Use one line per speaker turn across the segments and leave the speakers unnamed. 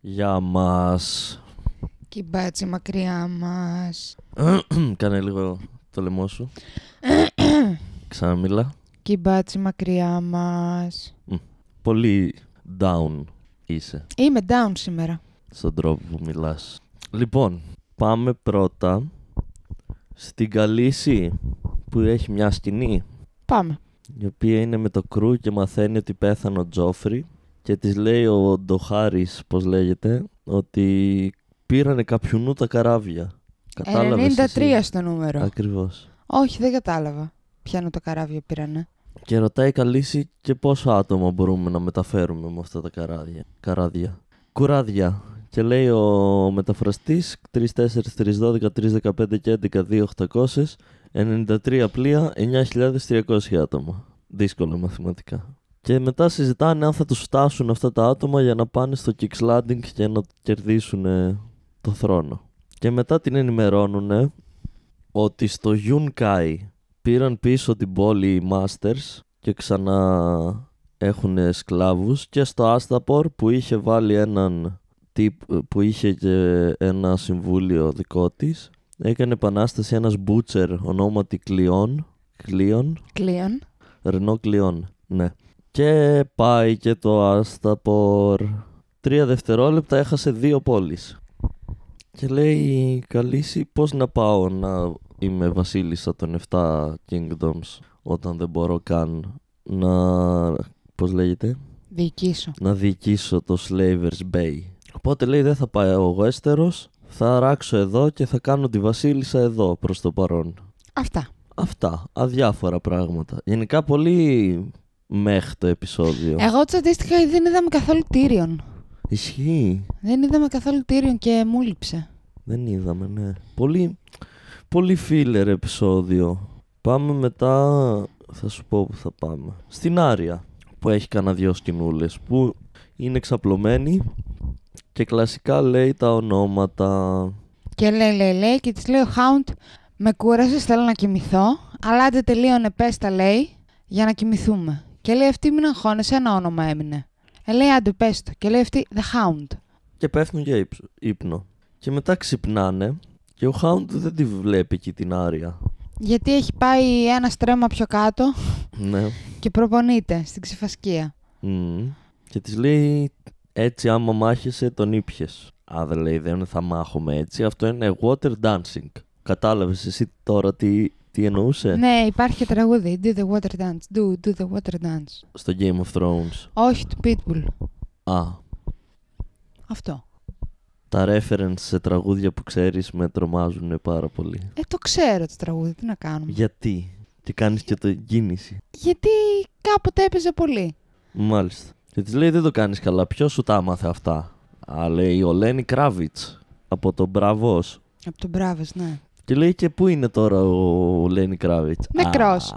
Γεια μας.
Κι η μπάτση μακριά μας.
Κάνε λίγο το λαιμό σου. Ξαναμίλα.
Κι η μπάτση μακριά μας.
Πολύ down είσαι
Είμαι down σήμερα.
στον τρόπο που μιλάς. Λοιπόν, πάμε πρώτα στην Καλύση που έχει μια σκηνή
Πάμε.
η οποία είναι με το κρού και μαθαίνει ότι πέθανε ο Τζόφρι και της λέει ο Ντοχάρης, πως λέγεται, ότι πήρανε κάποιουνού τα καράβια. Κατάλαβες
93
εσύ.
στο νούμερο.
Ακριβώς.
Όχι, δεν κατάλαβα. Πιάνω το καράβιο πήρανε.
Και ρωτάει η Καλύση και πόσα άτομα μπορούμε να μεταφέρουμε με αυτά τα καράδια. καράδια. Κουράδια. Και λέει ο μεταφραστής 3, 4, 3, 12, 3, 15 και 11, 2, 893 πλοία, 9.300 άτομα. Δύσκολα μαθηματικά. Και μετά συζητάνε αν θα τους φτάσουν αυτά τα άτομα για να πάνε στο kickslanding και να κερδίσουν ε, το θρόνο. Και μετά την ενημερώνουν ότι στο Yunkai πήραν πίσω την πόλη οι Masters και ξανά έχουν σκλάβους και στο Άσταπορ που είχε βάλει έναν τύπ, που είχε και ένα συμβούλιο δικό της έκανε επανάσταση ένας μπούτσερ ονόματι Κλειόν Κλειόν,
Κλείον.
Ρενό Κλειόν, ναι και πάει και το Άσταπορ τρία δευτερόλεπτα έχασε δύο πόλεις και λέει Καλύση πώς να πάω να είμαι βασίλισσα των 7 kingdoms όταν δεν μπορώ καν να πώς λέγεται
Διοικήσω.
να διοικήσω το Slavers Bay οπότε λέει δεν θα πάω ο Westeros θα ράξω εδώ και θα κάνω τη βασίλισσα εδώ προς το παρόν
Αυτά.
αυτά αδιάφορα πράγματα γενικά πολύ μέχ το επεισόδιο
Εγώ του αντίστοιχα δεν είδαμε καθόλου Tyrion.
ισχύει
Δεν είδαμε καθόλου Tyrion και μου λείψε.
Δεν είδαμε, ναι. Πολύ, πολύ filler επεισόδιο. Πάμε μετά, θα σου πω που θα πάμε. Στην Άρια, που έχει κανένα δυο σκηνούλες, που είναι εξαπλωμένη και κλασικά λέει τα ονόματα.
Και λέει, λέει, λέει και της λέει ο Hound με κούρασες, θέλω να κοιμηθώ. Αλλά άντε τελείωνε, πες τα λέει, για να κοιμηθούμε. Και λέει αυτή μην αγχώνεσαι, ένα όνομα έμεινε. Ε, λέει άντε πες το. Και λέει αυτή The Hound.
και πέφτουν για ύψο- ύπνο. Και μετά ξυπνάνε και ο Χάουντ δεν τη βλέπει εκεί την Άρια.
Γιατί έχει πάει ένα στρέμμα πιο κάτω
Ναι.
και προπονείται στην ξεφασκία.
Μμμ. Και της λέει έτσι άμα μάχεσαι τον ήπιες. Α, δεν λέει δεν θα μάχομαι έτσι. Αυτό είναι water dancing. Κατάλαβες εσύ τώρα τι, τι εννοούσε
Ναι, υπάρχει και τραγούδι. Do the water dance. Do, do the water dance.
στο Game of Thrones.
Όχι του Pitbull.
Α,
Αυτό.
τα reference σε τραγούδια που ξέρεις με τρομάζουν πάρα πολύ.
Ε, το ξέρω το τραγούδι. Τι να κάνουμε.
Γιατί. Και κάνεις και το κίνηση.
Γιατί κάποτε έπαιζε πολύ.
Μάλιστα. Και της λέει δεν το κάνεις καλά. Ποιος σου τα άμαθε αυτά. Α, λέει ο Λένι Κράβιτς από τον Μπραβός.
Από τον Μπράβος, ναι.
Και λέει και πού είναι τώρα ο Λένι Κράβιτ.
Νεκρός.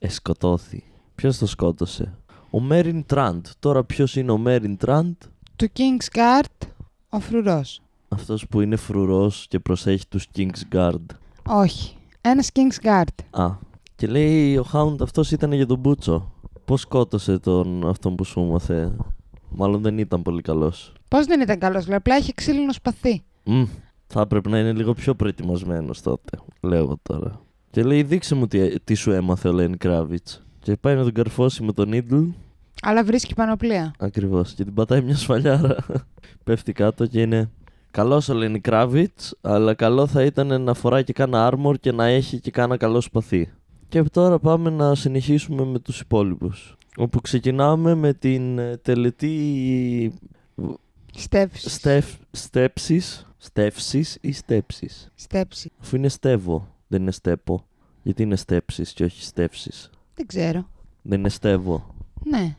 Εσκοτώθη. Ποιος το σκότωσε. Ο Μέριν Τραντ. Τώρα ποιος είναι ο Μέριν Τραντ.
Του King's Guard, ο φρουρός.
Αυτός που είναι φρουρός και προσέχει τους Kingsguard.
Όχι. Ένας King's Guard.
Α. Και λέει ο Χάουντ αυτός ήταν για τον Μπούτσο. Πώς σκότωσε τον αυτόν που σου μάθε. Μάλλον δεν ήταν πολύ καλός.
Πώς δεν ήταν καλός, λέει. Απλά είχε ξύλινο σπαθί.
θα έπρεπε να είναι λίγο πιο προετοιμασμένος τότε. Λέω εγώ τώρα. Και λέει δείξε μου τι, τι σου έμαθε ο Λένι Κράβιτ. Και πάει να τον καρφώσει με τον Νίτλ
Αλλά βρίσκει πανοπλία.
Ακριβώς. Και την πατάει μια σφαλιάρα. Πέφτει κάτω και είναι. Καλός ο Λένι Κράβιτ, αλλά καλό θα ήταν να φοράει και κάνα armor και να έχει και κάνα καλό σπαθί. Και τώρα πάμε να συνεχίσουμε με τους υπόλοιπους. Όπου ξεκινάμε με την ε, τελετή
Στέψης.
στεφ, στέψης, στεύσης ή στέψης.
Στέψη.
Αφού είναι στεύω, δεν είναι στέπο. Γιατί είναι στέψης και όχι στεύσης.
Δεν ξέρω.
Δεν είναι στεύω.
Ναι.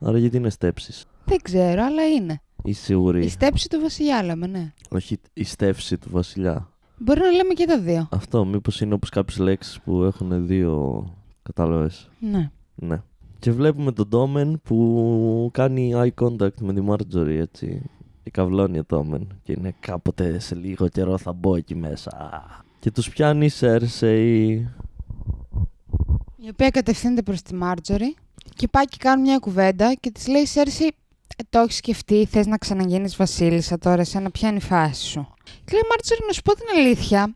Άρα γιατί είναι στέψης.
Δεν ξέρω, αλλά είναι.
Είσαι σίγουρη.
Η στέψη του βασιλιά, λέμε, ναι.
Όχι η στεύση του βασιλιά.
Μπορεί να λέμε και τα δύο.
Αυτό, μήπως είναι όπως κάποιες λέξεις που έχουν δύο κατάλαβες.
Ναι.
Ναι. Και βλέπουμε τον Ντόμεν που κάνει eye contact με τη Μάρτζορι, έτσι. Και καυλώνει ο Ντόμεν. Και είναι κάποτε σε λίγο καιρό θα μπω εκεί μέσα. Και τους πιάνει η Σέρσεϊ.
Η οποία κατευθύνεται προς τη Μάρτζορι και πάει και κάνουν μια κουβέντα και της λέει η Σέρση «Ε, το έχεις σκεφτεί, θες να ξαναγίνεις Βασίλισσα τώρα, σε να πιάνει η φάση σου. Και λέει Μάρτσορη, να σου πω την αλήθεια.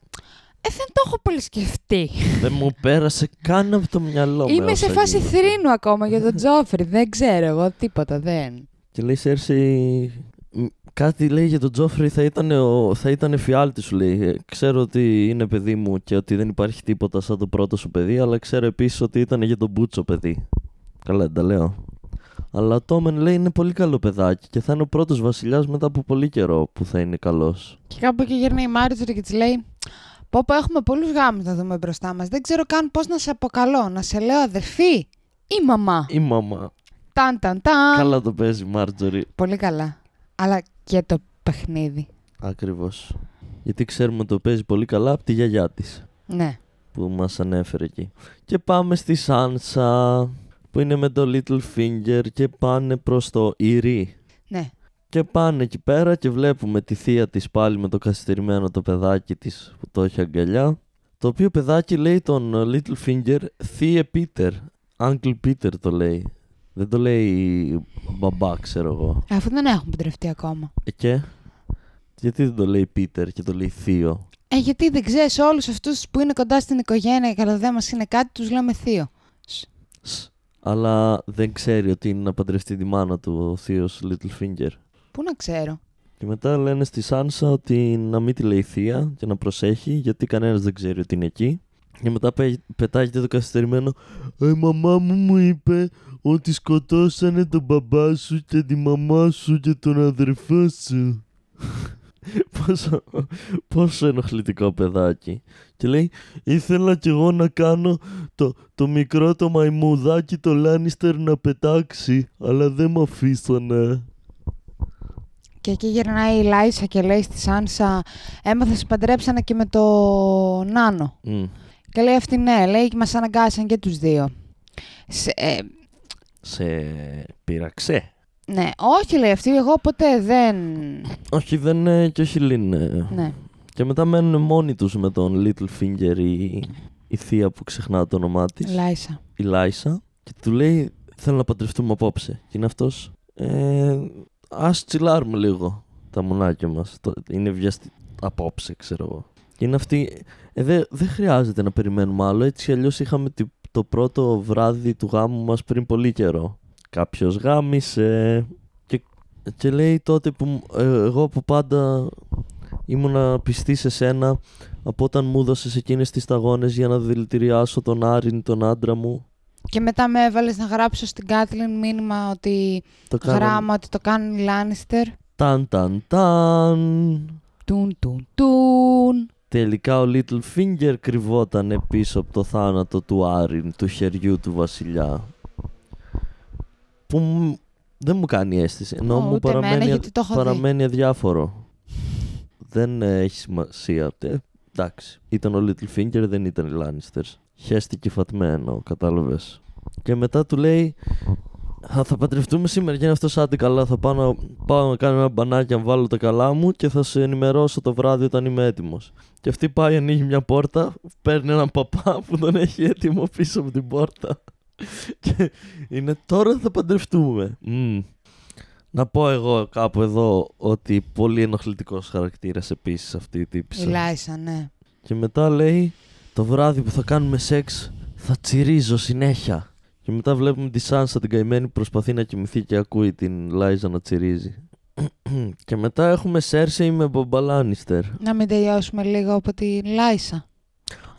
Ε, δεν το έχω πολύ σκεφτεί.
Δεν μου πέρασε καν από το μυαλό μου.
Είμαι σε
όσα
φάση
γίνονται.
θρήνου ακόμα για τον Τζόφρι. δεν ξέρω εγώ τίποτα, δεν.
Και λέει Σέρση, μ, κάτι λέει για τον Τζόφρι, θα ήταν, ο, θα ήταν φιάλτη σου λέει. «Ε, Ξέρω ότι είναι παιδί μου και ότι δεν υπάρχει τίποτα σαν το πρώτο σου παιδί, αλλά ξέρω επίσης ότι ήταν για τον Μπούτσο παιδί. Καλά, δεν τα λέω. Αλλά ο Τόμεν λέει είναι πολύ καλό παιδάκι και θα είναι ο πρώτος βασιλιάς μετά από πολύ καιρό που θα είναι καλός.
Και κάπου εκεί γυρνάει η Μάριτζορη και της λέει: Πω πω, έχουμε πολλούς γάμους να δούμε μπροστά μας. Δεν ξέρω καν πώς να σε αποκαλώ. Να σε λέω αδερφή ή μαμά.
Η μαμά.
Ταν ταν ταν.
Καλά το παίζει η Μάρτζορι.
Πολύ καλά. Αλλά και το παιχνίδι.
Ακριβώς. Γιατί ξέρουμε ότι το παίζει πολύ καλά από τη γιαγιά της.
Ναι.
που μας ανέφερε εκεί. Και πάμε στη Σάνσα που είναι με το Littlefinger και πάνε προς το Ηρή.
Ναι.
Και πάνε εκεί πέρα και βλέπουμε τη θεία της πάλι με το καθυστερημένο το παιδάκι της που το έχει αγκαλιά. Το οποίο παιδάκι λέει τον ε, Littlefinger Θεία Peter. Uncle Peter το λέει. Δεν το λέει μπαμπά ξέρω εγώ.
Αφού δεν έχουν παντρευτεί ακόμα.
Ε, και γιατί δεν το λέει Peter και το λέει θείο.
Ε, γιατί δεν ξέρεις όλους αυτούς που είναι κοντά στην οικογένεια και αλλά δεν μας είναι κάτι, τους λέμε θείο.
Σ. Αλλά δεν ξέρει ότι είναι να παντρευτεί τη μάνα του ο θείος Littlefinger.
Πού να ξέρω.
Και μετά λένε στη Σάνσα ότι να μην τη λέει θεία και να προσέχει γιατί κανένας δεν ξέρει ότι είναι εκεί. Και μετά πε, πετάγεται το καθυστερημένο «Ε, «Η μαμά μου μου είπε ότι σκοτώσανε τον μπαμπά σου και τη μαμά σου και τον αδερφό σου». πόσο, πόσο ενοχλητικό παιδάκι. Και λέει «Ήθελα κι εγώ να κάνω το, το μικρό το μαϊμουδάκι το Λάνιστερ να πετάξει, αλλά δεν μ' αφήσανε».
Και εκεί γυρνάει η Λάισα και λέει στη Σάνσα: Έμαθα σε παντρέψανε και με τον Νάνο.
Μμ.
Και λέει αυτή ναι, λέει και μας αναγκάσαν και τους δύο. Σε, ε,
Σε πειραξέ.
ναι, όχι λέει αυτή, εγώ ποτέ δεν...
Όχι, δεν είναι και όχι Λίν. ε.
Ναι.
Και μετά μένουν μόνοι τους με τον Littlefinger η, η θεία που ξεχνά το όνομά της,
Λάισα.
η Λάισα. Και του λέει, θέλω να παντρευτούμε απόψε. Και είναι αυτός, ε, ας τσιλάρουμε λίγο τα μουνάκια μας. Το- Είναι βιαστή απόψε, ξέρω εγώ. Και είναι αυτή, ε, δε- δεν χρειάζεται να περιμένουμε άλλο. Έτσι αλλιώς είχαμε τη- το πρώτο βράδυ του γάμου μας πριν πολύ καιρό. Κάποιος γάμισε και, και λέει τότε που μ- ε, εγώ που πάντα ήμουνα πιστή σε σένα από όταν μου έδωσες εκείνες τις σταγόνες για να δηλητηριάσω τον Άριν, τον άντρα μου.
Και μετά με έβαλες να γράψω στην Κάτλιν μήνυμα ότι
Το κάναμε
γράμμα ότι το κάνουν οι Λάνιστερ.
ταν ταν ταν.
Τουν τουν τουν.
Τελικά ο Littlefinger κρυβόταν πίσω από το θάνατο του Άριν, του χεριού του βασιλιά. Που μ- δεν μου κάνει αίσθηση. Ενώ
Ω,
μου
ούτε εμένα,
παραμένει,
γιατί το έχω δει.
παραμένει αδιάφορο. Δεν ε, έχει σημασία. Ε, εντάξει. Ήταν ο Littlefinger, δεν ήταν οι Lannisters. Χαίστηκε φατμένο, κατάλαβες. Και μετά του λέει θα, θα παντρευτούμε σήμερα και είναι αυτό άντε καλά. Θα πάω, να- πάω να κάνω ένα μπανάκι αν βάλω τα καλά μου και θα σε ενημερώσω το βράδυ όταν είμαι έτοιμος. Και αυτή πάει, ανοίγει μια πόρτα, παίρνει έναν παπά που τον έχει έτοιμο πίσω από την πόρτα. Και είναι τώρα θα παντρευτούμε. Μμμ. Να πω εγώ κάπου εδώ ότι πολύ ενοχλητικός χαρακτήρας επίσης αυτή η
Η
τύπησα.
Λάισα, ναι.
Και μετά λέει το βράδυ που θα κάνουμε σεξ θα τσιρίζω συνέχεια. Και μετά βλέπουμε τη Σάνσα την καημένη που προσπαθεί να κοιμηθεί και ακούει την Λάιζα να τσιρίζει. και μετά έχουμε Σέρσεϊ με Μπομπαλάνιστερ.
Να μην τελειώσουμε λίγο από τη Λάισα.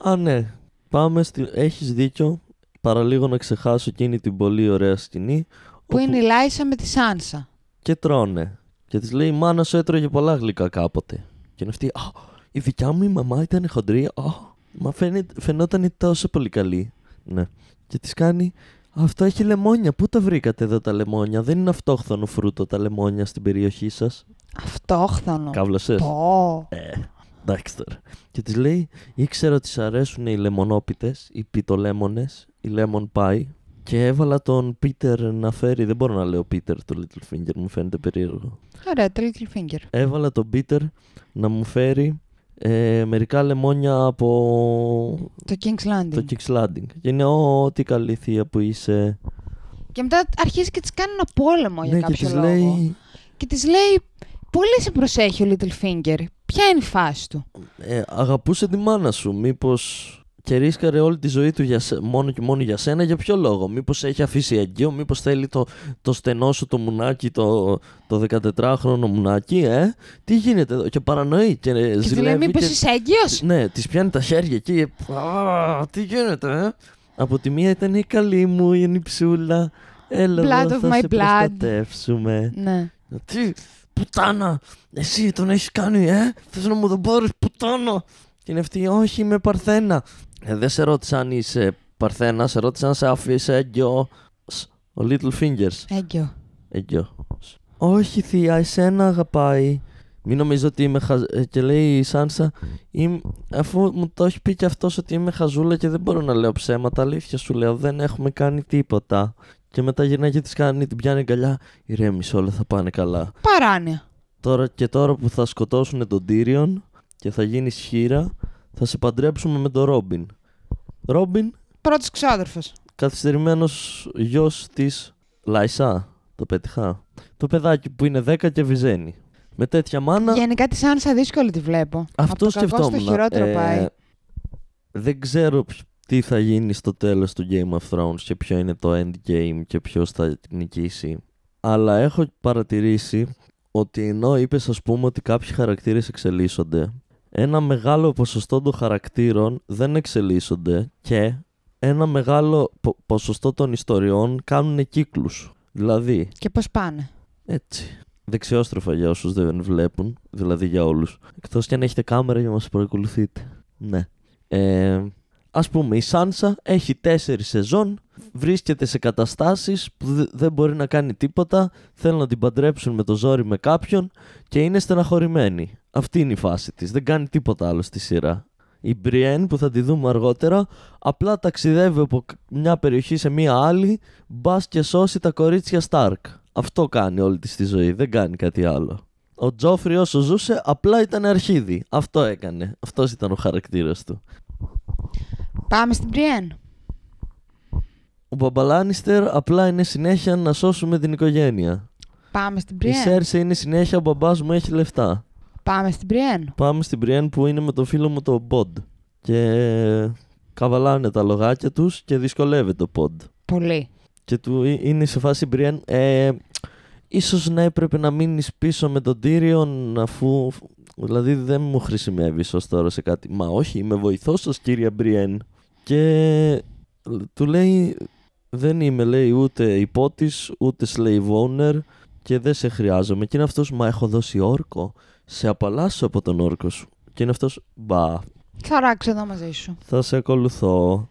Α, ναι. Πάμε στη... Έχεις δίκιο. Παραλίγο να ξεχάσω εκείνη την πολύ ωραία σκηνή.
Που είναι η Λάισα με τη Σάνσα.
Και τρώνε. Και της λέει η μάνα σου έτρωγε πολλά γλυκά κάποτε. Και είναι αυτή. Α, η δικιά μου η μαμά ήταν χοντρή. Α, μα φαίνεται, φαινόταν τόσο πολύ καλή. Ναι. Και της κάνει. Αυτό έχει λεμόνια. Πού τα βρήκατε εδώ τα λεμόνια. Δεν είναι αυτόχθονο φρούτο τα λεμόνια στην περιοχή σας.
Αυτόχθονο.
Κάβλωσες.
Πω.
Εντάξει τώρα. Και της λέει: Ήξερα ότι σ' αρέσουν οι λεμονόπιτες, οι πιτολέμονες, οι lemon pie. Και έβαλα τον Πίτερ να φέρει. Δεν μπορώ να λέω Πίτερ το Littlefinger, μου φαίνεται περίεργο.
Ωραία, το Littlefinger.
Έβαλα τον Πίτερ να μου φέρει ε, μερικά λεμόνια από
Το King's Landing.
το Kicks Landing. Και είναι: Ω, τι καλή θεία που είσαι.
Και μετά αρχίζει και τη κάνει ένα πόλεμο για
ναι, και
κάποιο
τη
λόγο.
λέει.
Και τη λέει, Πολύ σε προσέχει ο Littlefinger. Ποια είναι η φάση του.
Ε, αγαπούσε τη μάνα σου. Μήπως και ρίσκαρε όλη τη ζωή του για σε- μόνο και μόνο για σένα. Για ποιο λόγο. Μήπως έχει αφήσει αγκαίο. Μήπως θέλει το, το στενό σου το μουνάκι, το, το 14χρονο μουνάκι, ε. Τι γίνεται εδώ. Και παρανοεί. Και, ε,
Και τη λέει,
ζηλεύει
Μήπως
και-
είσαι έγκυος.
Ναι, της πιάνει τα χέρια και. «Α, τι γίνεται, ε? Από τη μία ήταν η καλή μου, η νυψούλα. Έλα,
Blood
εδώ,
of
θα
my
σε
blood.
προστατεύσουμε.
Ναι.
Τι, πουτάνα, εσύ τον έχεις κάνει, ε? Θες να μου τον πάρεις, πουτάνα. Και είναι αυτή, όχι, είμαι παρθένα. Ε, δεν σε ρώτησα αν είσαι παρθένας, σε ρώτησα αν σε άφησε έγκυο. Σ, Ο Little Fingers.
Έγκυο.
Έγκυο. Όχι, θεία, εσένα αγαπάει. Μην νομίζω ότι είμαι χαζ... ε, Και λέει η Σάνσα, «Είμαι- αφού μου το έχει πει και αυτός ότι είμαι χαζούλα και δεν μπορώ να λέω ψέματα, αλήθεια σου λέω, δεν έχουμε κάνει τίποτα. Και μετά γυρνάει και της κάνει, την πιάνει αγκαλιά. Ηρέμησε, όλα θα πάνε καλά.
Παράνοια.
Τώρα και τώρα που θα σκοτώσουν τον Τύριον και θα γίνει χείρα, θα σε παντρέψουμε με τον Ρόμπιν. Ρόμπιν,
Πρώτος ξάδερφος.
καθυστερημένος γιος της Λαϊσά. Το πετυχά. Το παιδάκι που είναι 10 και βυζένει. Με τέτοια μάνα.
Γενικά τη Άνσα δύσκολη τη βλέπω.
Αυτό
Από το κακό
σκεφτόμουν.
στο χειρότερο
Ε,
πάει.
Δεν ξέρω ποιο- τι θα γίνει στο τέλος του Game of Thrones και ποιο είναι το endgame και ποιος θα νικήσει. Αλλά έχω παρατηρήσει ότι ενώ είπες, ας πούμε, ότι κάποιοι χαρακτήρες εξελίσσονται, ένα μεγάλο ποσοστό των χαρακτήρων δεν εξελίσσονται και ένα μεγάλο πο- ποσοστό των ιστοριών κάνουν κύκλους. Δηλαδή,
Και πώς πάνε.
έτσι. Δεξιόστροφα για όσους δεν βλέπουν, δηλαδή για όλους. Εκτός και αν έχετε κάμερα για να μας παρακολουθείτε. Ναι. Ε, ας πούμε η Σάνσα έχει τέσσερις σεζόν, βρίσκεται σε καταστάσεις που δε- δεν μπορεί να κάνει τίποτα, θέλουν να την παντρέψουν με το ζόρι με κάποιον και είναι στεναχωρημένη. Αυτή είναι η φάση της, δεν κάνει τίποτα άλλο στη σειρά. Η Μπριέν που θα τη δούμε αργότερα απλά ταξιδεύει από κ- μια περιοχή σε μια άλλη μπας και σώσει τα κορίτσια Σταρκ. Αυτό κάνει όλη της τη ζωή, δεν κάνει κάτι άλλο. Ο Τζόφρι όσο ζούσε απλά ήταν αρχίδι. Αυτό έκανε. Αυτός ήταν ο χαρακτήρας του.
Πάμε στην Πριέν.
Ο Μπαμπαλάνιστερ απλά είναι συνέχεια να σώσουμε την οικογένεια.
Πάμε στην
Η
Πριέν.
Σέρσε είναι συνέχεια ο μπαμπάς μου έχει λεφτά.
Πάμε στην Πριέν.
Πάμε στην Πριέν που είναι με τον φίλο μου το Μποντ. Και καβαλάνε τα λογάκια τους και δυσκολεύεται το Ποντ.
Πολύ.
Και του ε- είναι σε φάση Μπριάν. Ε, ίσως να έπρεπε να μείνεις πίσω με τον Τύριον αφού... Δηλαδή δεν μου χρησιμεύεις ως τώρα σε κάτι. Μα όχι, είμαι βοηθός σας κύριε Μπριέν. Και του λέει δεν είμαι λέει ούτε υπότης ούτε slave owner και δεν σε χρειάζομαι. Και είναι αυτός μα έχω δώσει όρκο. Σε απαλλάσσω από τον όρκο σου. Και είναι αυτός μπα
Θα ράξω εδώ μαζί σου.
θα σε ακολουθώ.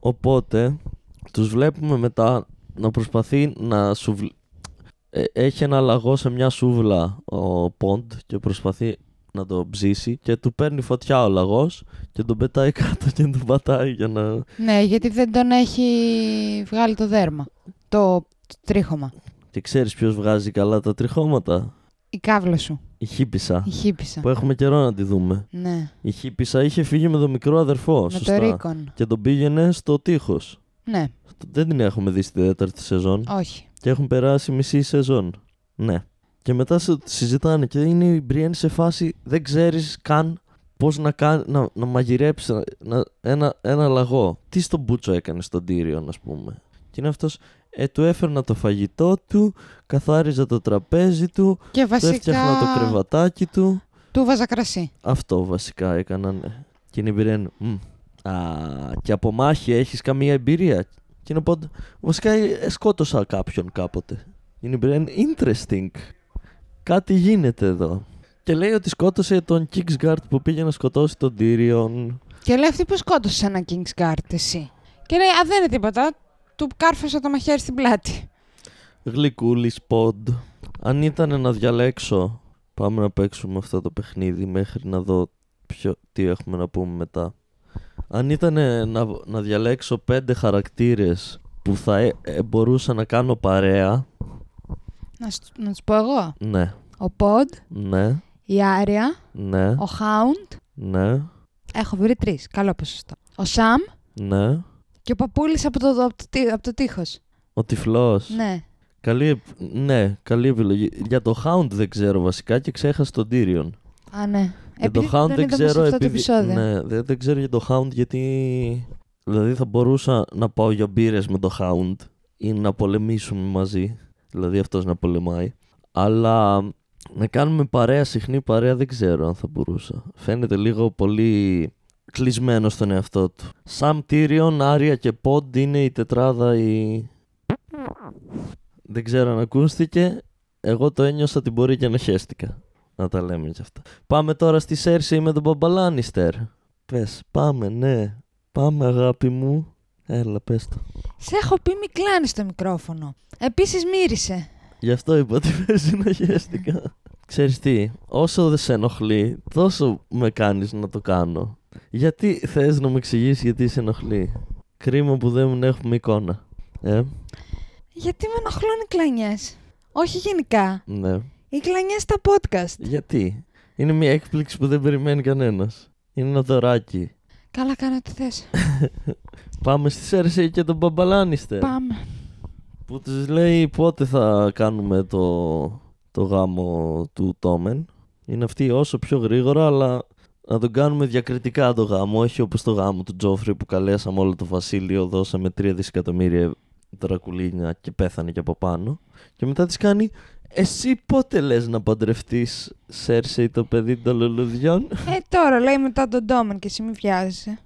Οπότε, τους βλέπουμε μετά να προσπαθεί να σου... βλ- Ε, έχει ένα λαγό σε μια σούβλα ο Ποντ και προσπαθεί να το ψήσει και του παίρνει φωτιά ο λαγός και τον πετάει κάτω και τον πατάει για να...
Ναι, γιατί δεν τον έχει βγάλει το δέρμα. Το τρίχωμα.
Και ξέρεις ποιος βγάζει καλά τα τριχώματα.
Η κάβλα σου.
Η Χίπισσα.
Η χύπησα.
Που έχουμε καιρό να τη δούμε.
Ναι.
Η Χίπισσα είχε φύγει με τον μικρό αδερφό,
Με
σωστά.
το Ρίκον.
Και τον πήγαινε στο τείχος.
Ναι,
Δεν την έχουμε δει στη τέταρτη σεζόν.
όχι.
Και έχουν περάσει μισή σεζόν. Ναι. Και μετά σε- συζητάνε και είναι η Μπριέν σε φάση δεν ξέρεις καν πώς να, κάν, να, να μαγειρέψει να- ένα, ένα λαγό. Τι στον Μπούτσο έκανε στον Τύριον ας πούμε. Και είναι αυτός, ε, του έφερνα το φαγητό του, καθάριζα το τραπέζι του,
Και
του έφτιαχνα
βασικά
το κρεβατάκι του.
του βάζα κρασί. Αυτό
Αυτό βασικά έκαναν. ναι. Και είναι η Μπιρέν. «Μμ, Α, και από μάχη έχεις καμία εμπειρία. Και είναι πόντα. Βασικά ε, σκότωσα κάποιον κάποτε. Είναι η Μπιρέν. Interesting. Κάτι γίνεται εδώ. Και λέει ότι σκότωσε τον Kingsguard που πήγε να σκοτώσει τον Tyrion.
Και λέει αυτή που σκότωσε ένα King's Guard εσύ. Και λέει, α δεν είναι τίποτα. Του κάρφωσα το μαχαίρι στην πλάτη.
Γλυκούλης ποντ. Αν ήταν να διαλέξω, πάμε να παίξουμε αυτό το παιχνίδι μέχρι να δω ποιο, τι έχουμε να πούμε μετά. Αν ήταν να, να διαλέξω πέντε χαρακτήρες που θα ε, ε, μπορούσα να κάνω παρέα,
Να, σ- να τους πω εγώ.
ναι,
Ο Ποντ,
ναι,
η Άρια,
ναι,
ο Hound.
ναι,
Έχω βρει τρεις. Καλό ποσοστό. Ο Σαμ
ναι.
και ο παππούλης από το, από το, τεί- από το τείχος.
Ο Ο τυφλός.
Ναι.
Καλή, επ- ναι, καλή επιλογή. Για το Hound δεν ξέρω βασικά και ξέχασα τον Tyrion.
Α, ναι.
Για το
Επειδή
Hound
τον
δεν
είδαμε σε
ξέρω
αυτό το επεισόδιο.
Ναι, δεν, δεν ξέρω για το Hound γιατί. Δηλαδή θα μπορούσα να πάω για μπύρες με το Hound ή να πολεμήσουμε μαζί. Δηλαδή αυτός να πολεμάει. Αλλά να κάνουμε παρέα, συχνή παρέα, δεν ξέρω αν θα μπορούσα. Φαίνεται λίγο πολύ κλεισμένο στον εαυτό του. Σαμ Τύριον, Άρια και Πόντ είναι η τετράδα η... Δεν ξέρω αν ακούστηκε. Εγώ το ένιωσα την μπορεί και να χέστηκα. Να τα λέμε κι αυτά. Πάμε τώρα στη Σέρση με τον Μπαμπαλάνιστερ. Πες, πάμε, ναι. Πάμε αγάπη μου. Έλα, πες το.
Σε έχω πει μη κλάνεις το μικρόφωνο. Επίσης μύρισε.
Γι' αυτό είπα ότι παίζει να χαίστηκα. Ξέρεις τι, όσο δεν σε ενοχλεί, τόσο με κάνεις να το κάνω. Γιατί θες να μου εξηγήσεις γιατί σε ενοχλεί. Κρίμα που δεν έχουμε εικόνα. Ε,
Γιατί με ενοχλούν οι κλανιές. Όχι γενικά.
ναι.
Οι κλανιές στα podcast.
Γιατί. Είναι μια έκπληξη που δεν περιμένει κανένας. Είναι ένα δωράκι.
Καλά κάνω ό,τι θες.
Ε. Πάμε στη Σέρση και τον Μπαμπαλάνιστερ.
Πάμε.
Που της λέει πότε θα κάνουμε το, το γάμο του Τόμεν. Είναι αυτή όσο πιο γρήγορα, αλλά να τον κάνουμε διακριτικά το γάμο, όχι όπως το γάμο του Τζόφρι που καλέσαμε όλο το βασίλειο, δώσαμε 3 δισεκατομμύρια δρακουλίνια και πέθανε και από πάνω. Και μετά της κάνει «Εσύ πότε λες να παντρευτείς Σέρσεϊ το παιδί των λουλουδιών»
Ε, τώρα λέει μετά τον Ντόμεν και εσύ μη βιάζεσαι.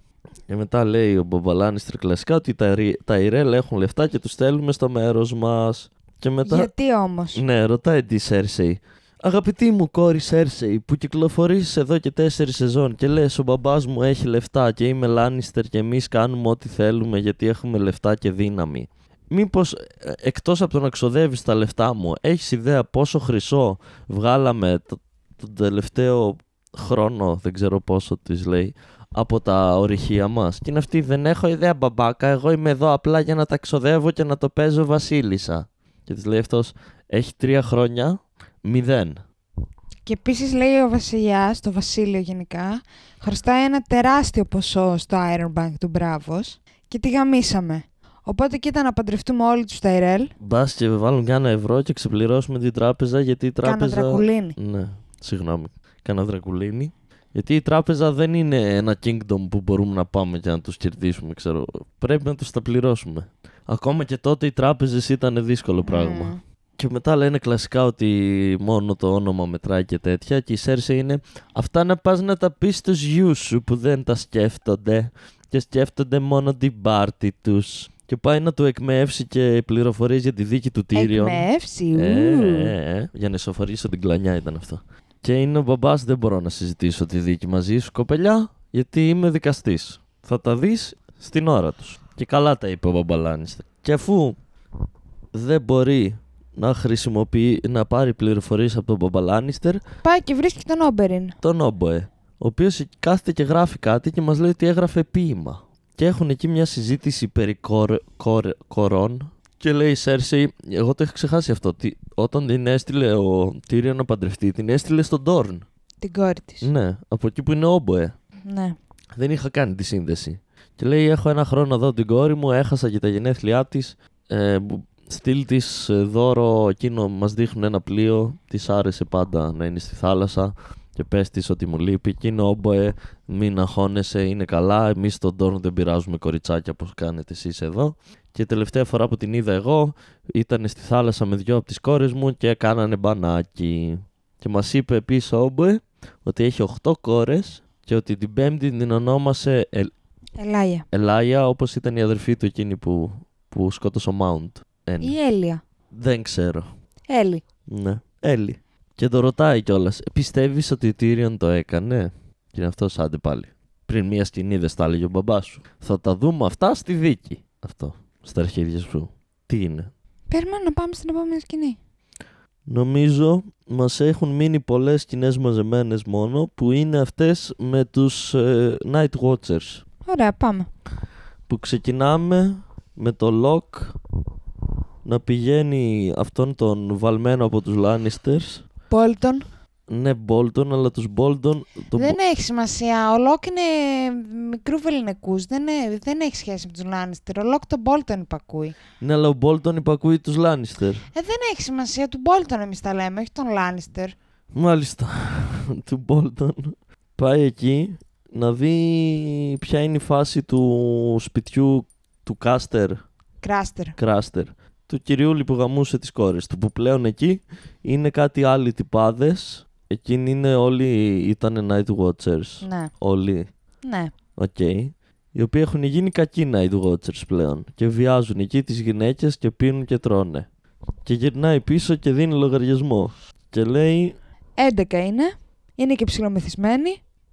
Και μετά λέει ο Μπομπαλάνιστρ κλασικά ότι τα, Ρι- τα Ιρέλ έχουν λεφτά και τους στέλνουμε στο μέρος μας. Και μετά...
Γιατί όμως.
Ναι, ρωτάει τη Σέρσεϊ. Αγαπητή μου κόρη Σέρσεϊ, που κυκλοφορείς εδώ και τέσσερις σεζόν και λες ο μπαμπάς μου έχει λεφτά και είμαι Λάνιστερ και εμείς κάνουμε ό,τι θέλουμε γιατί έχουμε λεφτά και δύναμη. Μήπως ε, εκτός από το να ξοδεύεις τα λεφτά μου, έχεις ιδέα πόσο χρυσό βγάλαμε το, τον τελευταίο χρόνο, δεν ξέρω πόσο της λέει, από τα ορυχεία μας. Και είναι αυτή, δεν έχω ιδέα μπαμπάκα, εγώ είμαι εδώ απλά για να τα ξοδεύω και να το παίζω βασίλισσα. Και της λέει αυτός, έχει τρία χρόνια, μηδέν.
Και επίσης λέει ο βασιλιάς, το βασίλειο γενικά, χρωστάει ένα τεράστιο ποσό στο Iron Bank του Μπράβος και τη γαμίσαμε. Οπότε κοίτα να παντρευτούμε όλοι τους Ταϊρέλ,
Μπας και βάλουν κάνα ευρώ και ξεπληρώσουμε την τράπεζα γιατί η
κάνα
τράπεζα.
δρακουλίνη.
Ναι, συγγνώμη. Κάνα δρακουλίνη. Γιατί η τράπεζα δεν είναι ένα kingdom που μπορούμε να πάμε και να τους κερδίσουμε, ξέρω. Πρέπει να τους τα πληρώσουμε. Ακόμα και τότε οι τράπεζες ήταν δύσκολο πράγμα.
Mm.
Και μετά λένε κλασικά ότι μόνο το όνομα μετράει και τέτοια. Και η Σέρσε είναι αυτά να πας να τα πεις στους γιους σου που δεν τα σκέφτονται και σκέφτονται μόνο την πάρτη τους. Και πάει να του εκμεύσει και πληροφορίες για τη δίκη του Τύριον.
Εκμεύση,
Ε,
ου.
ε, ε, για να ισοφαρίσω την κλανιά ήταν αυτό. Και είναι ο μπαμπάς δεν μπορώ να συζητήσω τη δίκη μαζί σου κοπελιά γιατί είμαι δικαστής. Θα τα δεις στην ώρα τους. Και καλά τα είπε ο Μπαμπαλάνιστερ. Και αφού δεν μπορεί να χρησιμοποιεί, να πάρει πληροφορίες από τον Μπαμπαλάνιστερ,
Πάει και βρίσκει τον Όμπεριν.
τον Όμποε, ο οποίος κάθεται και γράφει κάτι και μας λέει ότι έγραφε ποίημα. Και έχουν εκεί μια συζήτηση περί κορ, κορ- κορών και λέει η Σέρσεϊ, εγώ το έχω ξεχάσει αυτό, ότι όταν την έστειλε ο Τύριον να παντρευτεί, την έστειλε στον Τόρν.
Την κόρη της.
Ναι, από εκεί που είναι ε. ο Όμποε.
Ναι.
Δεν είχα κάνει τη σύνδεση. Και λέει: Έχω ένα χρόνο εδώ την κόρη μου, έχασα και τα γενέθλιά της. Ε, μπου- στείλ τη δώρο εκείνο, μας δείχνουν ένα πλοίο. Της άρεσε πάντα να είναι στη θάλασσα. Και πες της ότι μου λείπει. Εκείνο όμποε, μην αγχώνεσαι, είναι καλά. Εμείς στον τόνο δεν πειράζουμε κοριτσάκια όπως κάνετε εσείς εδώ. Και τελευταία φορά που την είδα εγώ, ήταν στη θάλασσα με δυο από τις κόρες μου και κάνανε μπανάκι. Και μας είπε επίσης ο Όμποε ότι έχει 8 κόρες και ότι την πέμπτη την ονόμασε Ε-
Ελάια.
Ελάια όπως ήταν η αδερφή του εκείνη που, που σκότωσε ο Mount. Εν.
Ή Έλια.
Δεν ξέρω.
Έλλη.
Ναι. Έλλη. Και το ρωτάει κιόλας. Πιστεύεις ότι η Tyrion το έκανε. Και είναι αυτός άντε πάλι. Πριν μία σκηνή δεν στα έλεγε ο μπαμπάς σου. Θα τα δούμε αυτά στη δίκη. Αυτό. Στα αρχίδια σου. Τι είναι.
Περιμένω να πάμε στην επόμενη σκηνή.
Νομίζω μας έχουν μείνει πολλές σκηνές μαζεμένες μόνο που είναι αυτές με τους ε, Night Watchers
Ωραία, πάμε.
που ξεκινάμε με το Λοκ να πηγαίνει αυτόν τον βαλμένο από τους Λάνιστερς
Πόλτον.
Ναι, Bolton, αλλά τους Bolton. Το
δεν έχει σημασία. Ο Λόκ είναι μικρού βεληνικούς. Δεν, ε- δεν έχει σχέση με τους Λάνιστερ. Ο Λόκ τον Μπόλτον υπακούει.
Ναι, αλλά ο Bolton υπακούει τους Lannister.
Ε, δεν έχει σημασία. Του Μπόλτον εμείς τα λέμε, όχι τον Λάνιστερ.
Μάλιστα. του Bolton. Πάει εκεί να δει ποια είναι η φάση του σπιτιού του Κάστερ,
Κράστερ.
Κράστερ, του κυρίου που γαμούσε τις κόρες του, που πλέον εκεί είναι κάτι άλλοι τυπάδες. Εκείνοι είναι όλοι, ήταν Night Watchers.
Ναι,
Όλοι,
ναι.
οκ. Οι οποίοι έχουν γίνει κακοί Night Watchers πλέον και βιάζουν εκεί τις γυναίκες και πίνουν και τρώνε. Και γυρνάει πίσω και δίνει λογαριασμό. Και λέει
11 είναι. Είναι και ψηλομεθυσμένοι.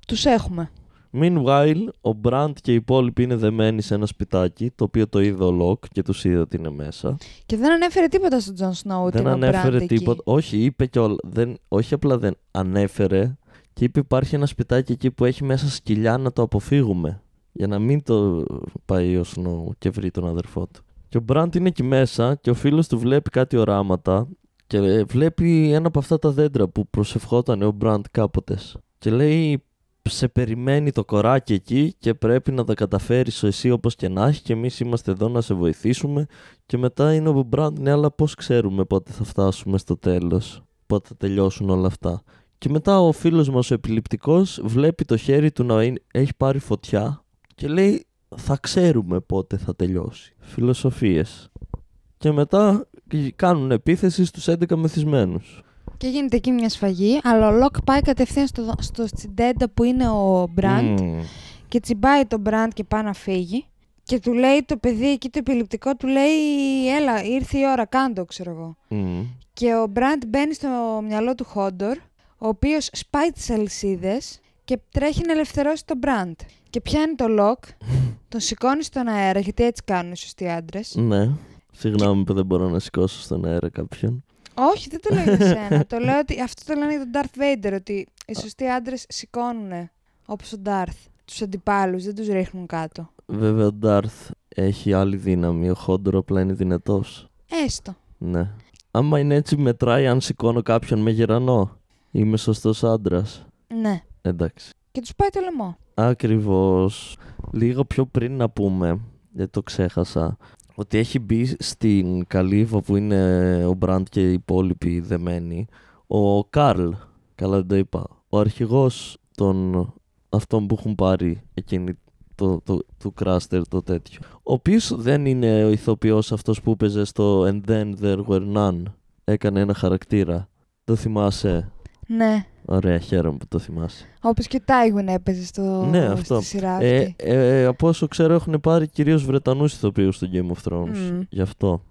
Του έχουμε.
Meanwhile, ο Μπραντ και οι υπόλοιποι είναι δεμένοι σε ένα σπιτάκι, το οποίο το είδε ο Λοκ και τους είδε ότι είναι μέσα.
Και δεν ανέφερε τίποτα στον Τζον Σνόου ότι
δεν
είναι ο Μπραντ
ανέφερε
εκεί.
τίποτα. Όχι, είπε και όλα. Δεν, όχι απλά δεν ανέφερε και είπε υπάρχει ένα σπιτάκι εκεί που έχει μέσα σκυλιά να το αποφύγουμε. Για να μην το πάει ο Σνόου και βρει τον αδερφό του. Και ο Μπραντ είναι εκεί μέσα και ο φίλος του βλέπει κάτι οράματα και ε, βλέπει ένα από αυτά τα δέντρα που προσευχόταν ο Μπραντ κάποτε. Και λέει σε περιμένει το κοράκι εκεί και πρέπει να τα καταφέρεις εσύ όπως και να έχει και εμείς είμαστε εδώ να σε βοηθήσουμε και μετά είναι ο Μπραντ, ναι, αλλά πώς ξέρουμε πότε θα φτάσουμε στο τέλος, πότε θα τελειώσουν όλα αυτά. Και μετά ο φίλος μας ο επιληπτικός βλέπει το χέρι του να είναι- έχει πάρει φωτιά και λέει θα ξέρουμε πότε θα τελειώσει. Φιλοσοφίες. Και μετά κάνουν επίθεση στους 11 μεθυσμένους.
Και γίνεται εκεί μια σφαγή, αλλά ο Λοκ πάει κατευθείαν στο, στο τσιντέντα που είναι ο Μπραντ
Μμμ.
και τσιμπάει τον Μπραντ και πάει να φύγει. Και του λέει το παιδί εκεί το επιληπτικό, του λέει έλα ήρθε η ώρα, κάντο ξέρω εγώ.
Μμμ.
Και ο Μπραντ μπαίνει στο μυαλό του Χόντορ, ο οποίος σπάει τις αλυσίδες και τρέχει να ελευθερώσει τον Μπραντ. Και πιάνει το Λοκ, τον σηκώνει στον αέρα, γιατί έτσι κάνουν οι σωστοί άντρες.
Ναι. Συγγνώμη που δεν μπορώ να σηκώσω στον αέρα κάποιον.
Όχι, δεν το λέω για σένα. το λέω ότι αυτό το λένε για τον Darth Vader, ότι οι σωστοί άντρες σηκώνουν όπως ο Darth. Τους αντιπάλους, δεν τους ρίχνουν κάτω.
Βέβαια ο Ντάρθ έχει άλλη δύναμη. Ο Χόντρο απλά είναι δυνατός.
Έστω.
Ναι. Άμα είναι έτσι, μετράει αν σηκώνω κάποιον με γερανό. Είμαι σωστός άντρας.
Ναι.
Εντάξει.
Και τους πάει το λαιμό.
Ακριβώς. Λίγο πιο πριν να πούμε, γιατί το ξέχασα, ότι έχει μπει στην καλύβα που είναι ο Μπραντ και οι υπόλοιποι δεμένοι, ο Καρλ. Καλά, δεν το είπα. Ο αρχηγός των αυτών που έχουν πάρει εκείνη το, το, του Κράστερ το τέτοιο. Ο οποίος δεν είναι ο ηθοποιός αυτός που έπαιζε στο And Then There Were None. Έκανε ένα χαρακτήρα. Το θυμάσαι.
Ναι.
Ωραία, χαίρομαι που το θυμάσαι.
Όπως και ο Τάιγουιν έπαιζε στο...
Ναι, αυτό.
στη σειρά αυτή.
Ε, ε, από όσο ξέρω έχουν πάρει κυρίως Βρετανούς ηθοποιούς στο Game of Thrones.
Μμμ.
Γι' αυτό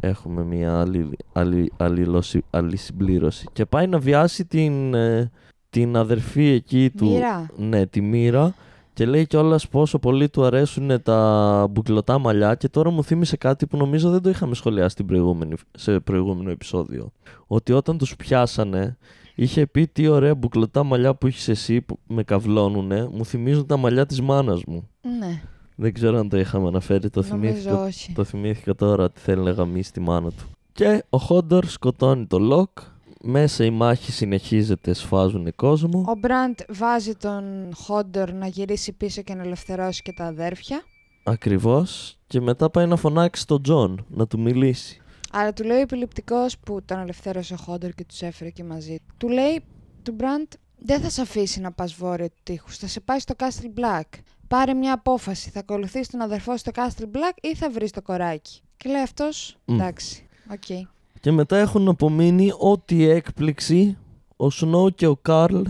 έχουμε μια άλλη, άλλη, αλληλώση- άλλη συμπλήρωση. Και πάει να βιάσει την, ε, την αδερφή εκεί του...
Μοίρα.
Ναι, τη μοίρα. Και λέει κιόλας πόσο πολύ του αρέσουν τα μπουκλωτά μαλλιά. Και τώρα μου θύμισε κάτι που νομίζω δεν το είχαμε σχολιάσει στην προηγούμενη, σε προηγούμενο επεισόδιο. Ότι όταν τους πιάσανε, είχε πει τι ωραία μπουκλωτά μαλλιά που έχεις εσύ που με καυλώνουνε. Μου θυμίζουν τα μαλλιά της μάνας μου.
Ναι.
Δεν ξέρω αν το είχαμε αναφέρει. Το θυμήθηκα
Νομίζω όχι.
το θυμήθηκα τώρα ότι θέλει να γαμίσει τη μάνα του. Και ο Χόντορ σκοτώνει το Λοκ. Μέσα η μάχη συνεχίζεται, σφάζουν κόσμο.
Ο Μπραντ βάζει τον Χόντορ να γυρίσει πίσω και να ελευθερώσει και τα αδέρφια.
Ακριβώς. Και μετά πάει να φωνάξει τον Τζον να του μιλήσει.
Αλλά του λέει ο επιληπτικός που τον ελευθέρωσε ο Χόντορ και τους έφερε και μαζί. του. Του λέει του Μπραντ, δεν θα σε αφήσει να πας βόρειο του τείχους. Θα σε πάει στο Castle Black. Πάρε μια απόφαση. Θα ακολουθήσει τον αδερφό στο Castle Black ή θα βρεις το κοράκι. Και λέει αυτός, εντάξει, οκ.
Και μετά έχουν απομείνει ό,τι έκπληξη ο Σνόου και ο Καρλ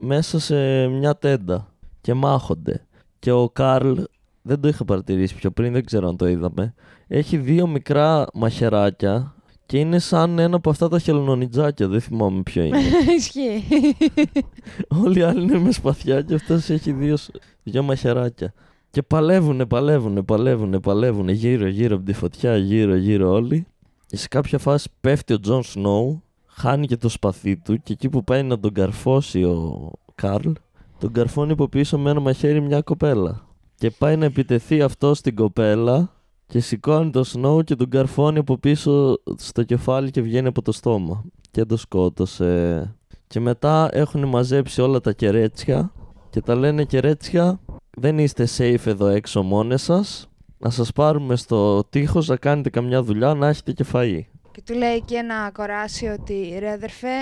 μέσα σε μια τέντα και μάχονται. Και ο Καρλ, δεν το είχα παρατηρήσει πιο πριν, δεν ξέρω αν το είδαμε, έχει δύο μικρά μαχαιράκια και είναι σαν ένα από αυτά τα χελονονιτζάκια, δεν θυμάμαι ποιο είναι.
Ισχύει.
Όλοι οι άλλοι είναι με σπαθιά και αυτός έχει δύο, σ- δύο μαχαιράκια. Και παλεύουνε, παλεύουνε, παλεύουνε, παλεύουνε γύρω-γύρω από τη φωτιά, γύρω-γύρω όλοι. Και σε κάποια φάση πέφτει ο Τζον Σνόου, χάνει και το σπαθί του και εκεί που πάει να τον καρφώσει ο Καρλ, τον καρφώνει από πίσω με ένα μαχαίρι μια κοπέλα. Και πάει να επιτεθεί αυτό στην κοπέλα και σηκώνει τον Σνόου και τον καρφώνει από πίσω στο κεφάλι και βγαίνει από το στόμα. Και τον σκότωσε. Και μετά έχουν μαζέψει όλα τα κερέτσια και τα λένε κερέτσια, δεν είστε safe εδώ έξω μόνες σας. Να σας πάρουμε στο τείχος να κάνετε καμιά δουλειά, να έχετε και φαΐ.
Και του λέει και ένα κοράσι ότι ρε αδερφέ,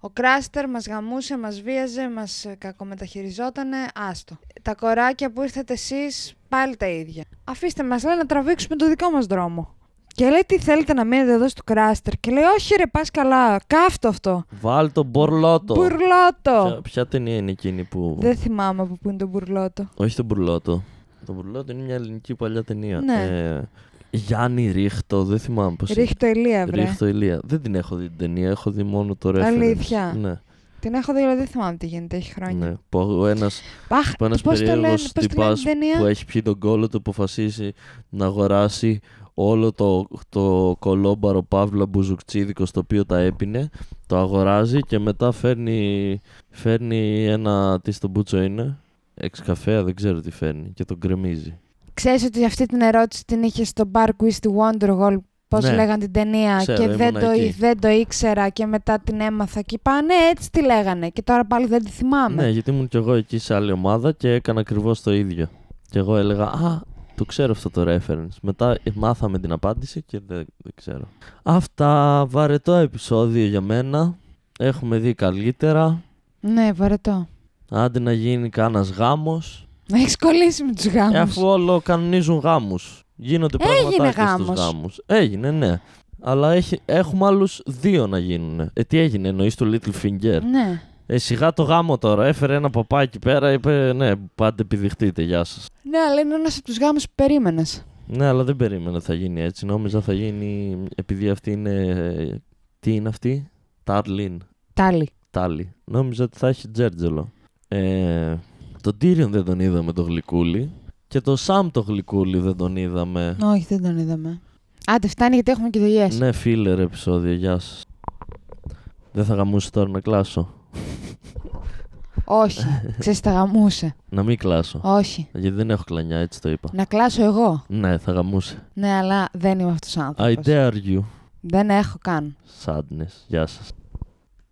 ο Κράστερ μας γαμούσε, μας βίαζε, μας ε, κακομεταχειριζότανε, άστο. Τα κοράκια που ήρθατε εσείς πάλι τα ίδια. Αφήστε μας λέει να τραβήξουμε το δικό μας δρόμο. Και λέει τι θέλετε να μείνετε εδώ στο Κράστερ. Και λέει όχι ρε πας καλά, κάφτω αυτό.
Βάλ το μπορλότο. Ποια,
Μπουρλότο.
ποια ταινία είναι εκείνη που...
Δεν θυμάμαι από πού είναι το μπουρλότο.
Όχι τον Μπουρλότο. Το Μπουρλότο είναι μια ελληνική παλιά ταινία.
Ναι.
Ε, Γιάννη Ρίχτο, δεν θυμάμαι πώς είναι.
Ρίχτω ηλία, βρε.
Ρίχτο Ηλία. Δεν την έχω δει την ταινία, έχω δει μόνο το reference.
Αλήθεια.
Ναι,
Την έχω δει, αλλά δεν θυμάμαι τι γίνεται, έχει χρόνια.
ναι. Που ο ένας,
Αχ,
που ένας
πώς το λένε,
περίεργος
πώς τη λένε
τυπάς
την ταινία.
που έχει πιει τον κόλλο του αποφασίσει να αγοράσει όλο το, το κολόμπαρο Παύλα Μπουζουκτσίδικο στο οποίο τα έπινε, το αγοράζει και μετά φέρνει, φέρνει ένα, τι στον μπούτσο είναι, εξ καφέα, δεν ξέρω τι φέρνει και τον κρεμίζει.
Ξέρεις ότι αυτή την ερώτηση την είχε στο Bar Quiz στη Wonderwall, πώς
Ναι.
λέγαν την ταινία
Ξέρω,
και δεν
ήμουνα
το,
εκεί.
δεν το ήξερα και μετά την έμαθα και είπα ναι έτσι τη λέγανε και τώρα πάλι δεν τη θυμάμαι.
Ναι, γιατί ήμουν κι εγώ εκεί σε άλλη ομάδα και έκανα ακριβώς το ίδιο. Και εγώ έλεγα, Α, το ξέρω αυτό το reference. Μετά ε, μάθαμε την απάντηση και δεν, δεν ξέρω. Αυτά. Βαρετό επεισόδιο για μένα. Έχουμε δει καλύτερα.
Ναι, βαρετό.
Άντε να γίνει κανένας γάμος.
Να έχεις κολλήσει με τους
Ε,
γάμους.
αφού όλο κανονίζουν γάμους. Γίνονται πραγματάκια στους
γάμος.
γάμους. Έγινε, ναι. Αλλά έχει, έχουμε άλλους δύο να γίνουν. Ε, τι έγινε, εννοείς το Little Finger.
Ναι.
Ε, σιγά το γάμο τώρα. Έφερε ένα παπά εκεί πέρα, είπε ναι, πάντε επιδειχτείτε, γεια σας.
Ναι, αλλά είναι ένας από τους γάμους που περίμενες.
Ναι, αλλά δεν περίμενα θα γίνει έτσι. Νόμιζα θα γίνει επειδή αυτή είναι. ε, Τι είναι αυτή, Τάρλιν.
Τάλι.
Τάλι. Νόμιζα ότι θα έχει τζέρτζελο. Ε, τον Τύριον δεν τον είδαμε το γλυκούλι. Και το Σαμ το γλυκούλι δεν τον είδαμε.
Όχι, δεν τον είδαμε. Άντε, φτάνει γιατί έχουμε και δουλειές.
Ναι, φίλερ επεισόδιο, γεια σας. Δεν θα γαμούσε τώρα να κλάσω.
Όχι. Ξέρεις, τα γαμούσε.
Να μην κλάσω.
Όχι.
Γιατί δεν έχω κλανιά, έτσι το είπα.
Να κλάσω εγώ.
Ναι, θα γαμούσε.
Ναι, αλλά δεν είμαι αυτός ο
I
άνθρωπος.
dare you.
Δεν έχω καν.
Sadness. Γεια σας.